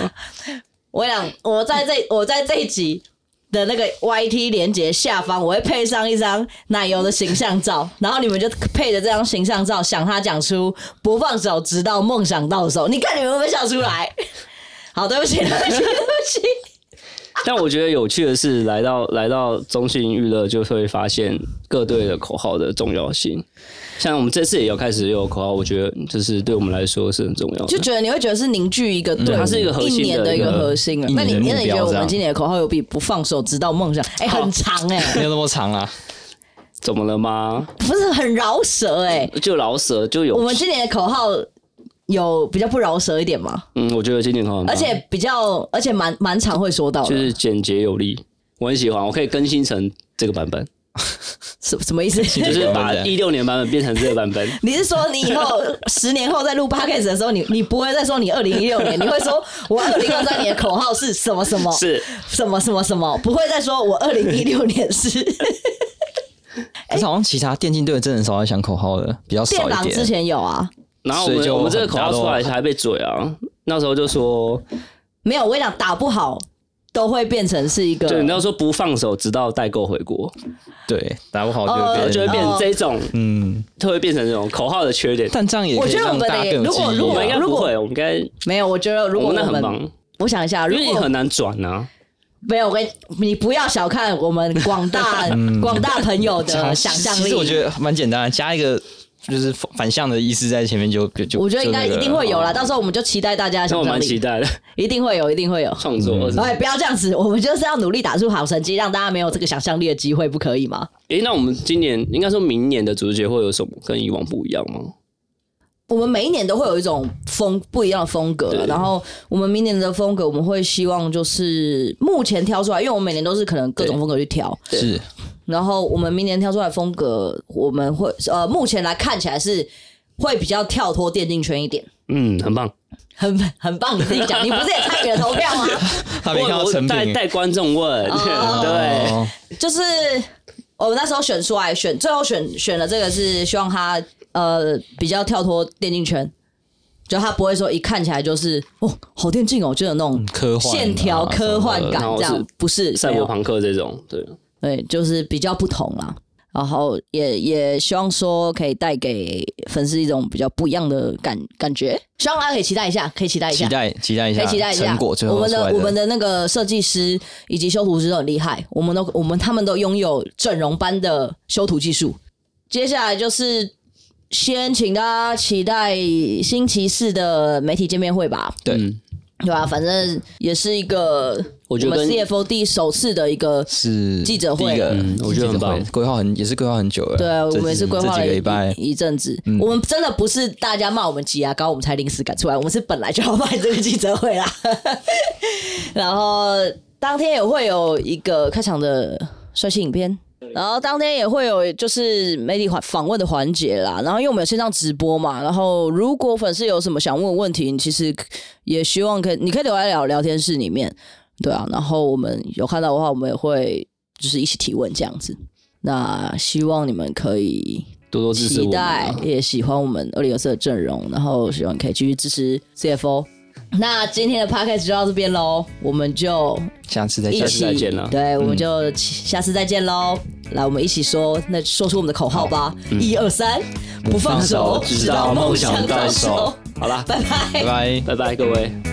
Speaker 1: 我跟你讲，我在这我在这一集的那个 YT 连接下方，我会配上一张奶油的形象照，然后你们就配着这张形象照，想他讲出不放手，直到梦想到手。你看你们会不会笑出来？ 好，对不起，对不起，对不起。
Speaker 2: 但我觉得有趣的是，来到来到中信娱乐，就会发现各队的口号的重要性。像我们这次也有开始有口号，我觉得就是对我们来说是很重要的。
Speaker 1: 就觉得你会觉得是凝聚一个队伍，
Speaker 2: 它是一个核心的
Speaker 1: 一年的一个核心啊。
Speaker 3: 一
Speaker 1: 那
Speaker 3: 年的
Speaker 1: 你那
Speaker 3: 目
Speaker 1: 你觉得
Speaker 3: 标
Speaker 1: 我
Speaker 3: 这
Speaker 1: 们
Speaker 3: 样
Speaker 1: 今年的口号有比不放手直到梦想？哎、很长哎、
Speaker 3: 没有那么长啊，
Speaker 2: 怎么了吗？
Speaker 1: 不是很饶舌哎、
Speaker 2: 就老舍就有
Speaker 1: 我们今年的口号有比较不饶舌一点吗？
Speaker 2: 嗯，我觉得今年很好，
Speaker 1: 而且比较，而且蛮蛮常会说到的，
Speaker 2: 就是简洁有力，我很喜欢，我可以更新成这个版本，
Speaker 1: 什什么意思？
Speaker 2: 就是把
Speaker 3: 对
Speaker 2: 一六年版本变成这个版本。
Speaker 1: 你是说你以后十年后在录 podcast 的时候，你你不会再说你二零一六年，你会说我二零二三年的口号是什么什么
Speaker 2: 是
Speaker 1: 什么什么什么，不会再说我二零一六年是
Speaker 3: 可是好像其他电竞队真的很少在想口号的，比较
Speaker 1: 哎电
Speaker 3: 少一
Speaker 1: 狼之
Speaker 3: 点。
Speaker 1: 前有啊，
Speaker 2: 然后我
Speaker 3: 所以
Speaker 2: 们
Speaker 3: 就
Speaker 2: 我们这个口号
Speaker 3: 很大
Speaker 2: 出来
Speaker 3: 都
Speaker 2: 还被嘴啊，那时候就说，
Speaker 1: 没有，我跟你讲，打不好都会变成是一个
Speaker 2: 对，你要说不放手，直到代购回国，
Speaker 3: 对，打不好
Speaker 1: 哦
Speaker 3: 就
Speaker 2: 就会
Speaker 3: 变
Speaker 2: 变成这种，
Speaker 3: 嗯，
Speaker 2: 就会变成这种口号的缺点。
Speaker 3: 但这样也可以让大家更有
Speaker 1: 我觉得我们的
Speaker 3: 记
Speaker 1: 如
Speaker 2: 我
Speaker 1: 果
Speaker 2: 们
Speaker 3: 忆
Speaker 2: 应
Speaker 3: 啊。
Speaker 2: 该不会，我们应该
Speaker 1: 没有。我觉得如
Speaker 2: 我
Speaker 1: 果
Speaker 2: 们那
Speaker 1: 我
Speaker 2: 很
Speaker 1: 们，
Speaker 2: 忙，
Speaker 1: 我想一下，
Speaker 2: 因
Speaker 1: 如
Speaker 2: 为你
Speaker 1: 果
Speaker 2: 很难转啊。
Speaker 1: 没有，我跟你不要小看我们广大
Speaker 2: 嗯
Speaker 1: 广大朋友的想象力。
Speaker 3: 其实我觉得蛮简单的，啊加一个就是反向的意思在前面就就就。
Speaker 1: 我觉得应该
Speaker 3: 就那
Speaker 1: 一
Speaker 3: 个
Speaker 1: 定会有啦，到时哦候我们就期待大家的
Speaker 2: 那
Speaker 1: 想
Speaker 2: 我
Speaker 1: 象
Speaker 2: 蛮期
Speaker 1: 力，
Speaker 2: 待的，
Speaker 1: 一定会有，一定会有。
Speaker 2: 创作二十。
Speaker 1: 哎，不要这样子，我们就是要努力打出好成绩，让大家没有这个想象力的机会，不可以吗？
Speaker 2: 诶，那我们今年应该说明年的主角会有什么跟以往不一样吗？
Speaker 1: 我们每一年都会有一种风不一样的风格了，
Speaker 2: 对
Speaker 1: 然后我们明年的风格，我们会希望就是目前挑出来，因为我们每年都是可能各种
Speaker 2: 对
Speaker 1: 风格去挑，
Speaker 3: 是
Speaker 1: 然后我们明年挑出来的风格，我们会呃目前来看起来是会比较跳脱电竞圈一点，
Speaker 2: 嗯，很棒，
Speaker 1: 很很棒，你自己讲，你不是也参与了投票吗？
Speaker 3: 他没看到
Speaker 2: 我
Speaker 3: 成
Speaker 2: 带
Speaker 3: 品。
Speaker 2: 带观众问， 对，
Speaker 3: 哦，
Speaker 1: 就是呃我们那时候选出来选，最后选选了这个是希望他呃比较跳脱电竞圈，就他不会说一看起来就是哦好电竞哦，就有那种
Speaker 3: 科幻啊
Speaker 1: 线条
Speaker 3: 什么的
Speaker 1: 科幻感
Speaker 2: 然后
Speaker 1: 这样
Speaker 2: 是，
Speaker 1: 不是
Speaker 2: 赛
Speaker 1: 没
Speaker 2: 博
Speaker 1: 有
Speaker 2: 朋克这种，对，
Speaker 1: 对，就是比较不同啦。然后也也希望说可以带给粉丝一种比较不一样的感感觉，希望大家可以期待一下，可以期待一下
Speaker 3: 期。待期待一
Speaker 1: 可
Speaker 3: 下，
Speaker 1: 以期待一下
Speaker 3: 成果最后
Speaker 1: 我们
Speaker 3: 出来
Speaker 1: 的我们
Speaker 3: 的
Speaker 1: 的那个设计师以及修图师都很厉害，我们都我们他们都拥有整容般的修图技术。接下来就是先请大家期待星期四的媒体见面会吧，
Speaker 3: 对
Speaker 2: 嗯
Speaker 1: 对吧、反正也是一个
Speaker 2: 我觉得
Speaker 1: 们
Speaker 2: 跟
Speaker 1: CFOD 首次的一个
Speaker 3: 是
Speaker 1: 记者会
Speaker 3: 第一个
Speaker 2: 嗯我觉得很棒
Speaker 3: 记者会规划很也是规划很久了。
Speaker 1: 对，我
Speaker 3: 这
Speaker 1: 们也是规划
Speaker 3: 这
Speaker 1: 了
Speaker 3: 几个
Speaker 1: 一
Speaker 3: 礼拜，嗯
Speaker 1: 一阵子。我们真的不是大家骂我们挤牙膏，我们才临时赶出来，我们是本来就要办这个记者会啦。 然后当天也会有一个开场的帅气影片。然后当天也会有就是媒体环访问的环节啦，然后因为我们有线上直播嘛，然后如果粉丝有什么想问的问题，你其实也希望可以你可以留在聊聊天室里面，对啊，然后我们有看到的话，我们也会就是一起提问这样子。那希望你们可以
Speaker 2: 多多支持
Speaker 1: 期
Speaker 2: 我们
Speaker 1: 待
Speaker 2: 啊，，
Speaker 1: 也喜欢我们二零二四的阵容，然后希望你可以继续支持 CFO。那今天的 podcast 就到这边喽，我们就
Speaker 3: 下次再
Speaker 1: 一
Speaker 2: 哎下
Speaker 3: 见。
Speaker 2: 次
Speaker 1: 起
Speaker 2: 再见嗯啦
Speaker 1: 对，我们就下次再见喽。来，我们一起说，那说出我们的口号吧，
Speaker 2: 嗯
Speaker 1: 一二三，不放手，
Speaker 3: 手直到梦想到手。
Speaker 2: 好啦，
Speaker 1: 拜拜
Speaker 3: 拜。拜。
Speaker 2: 拜拜各位。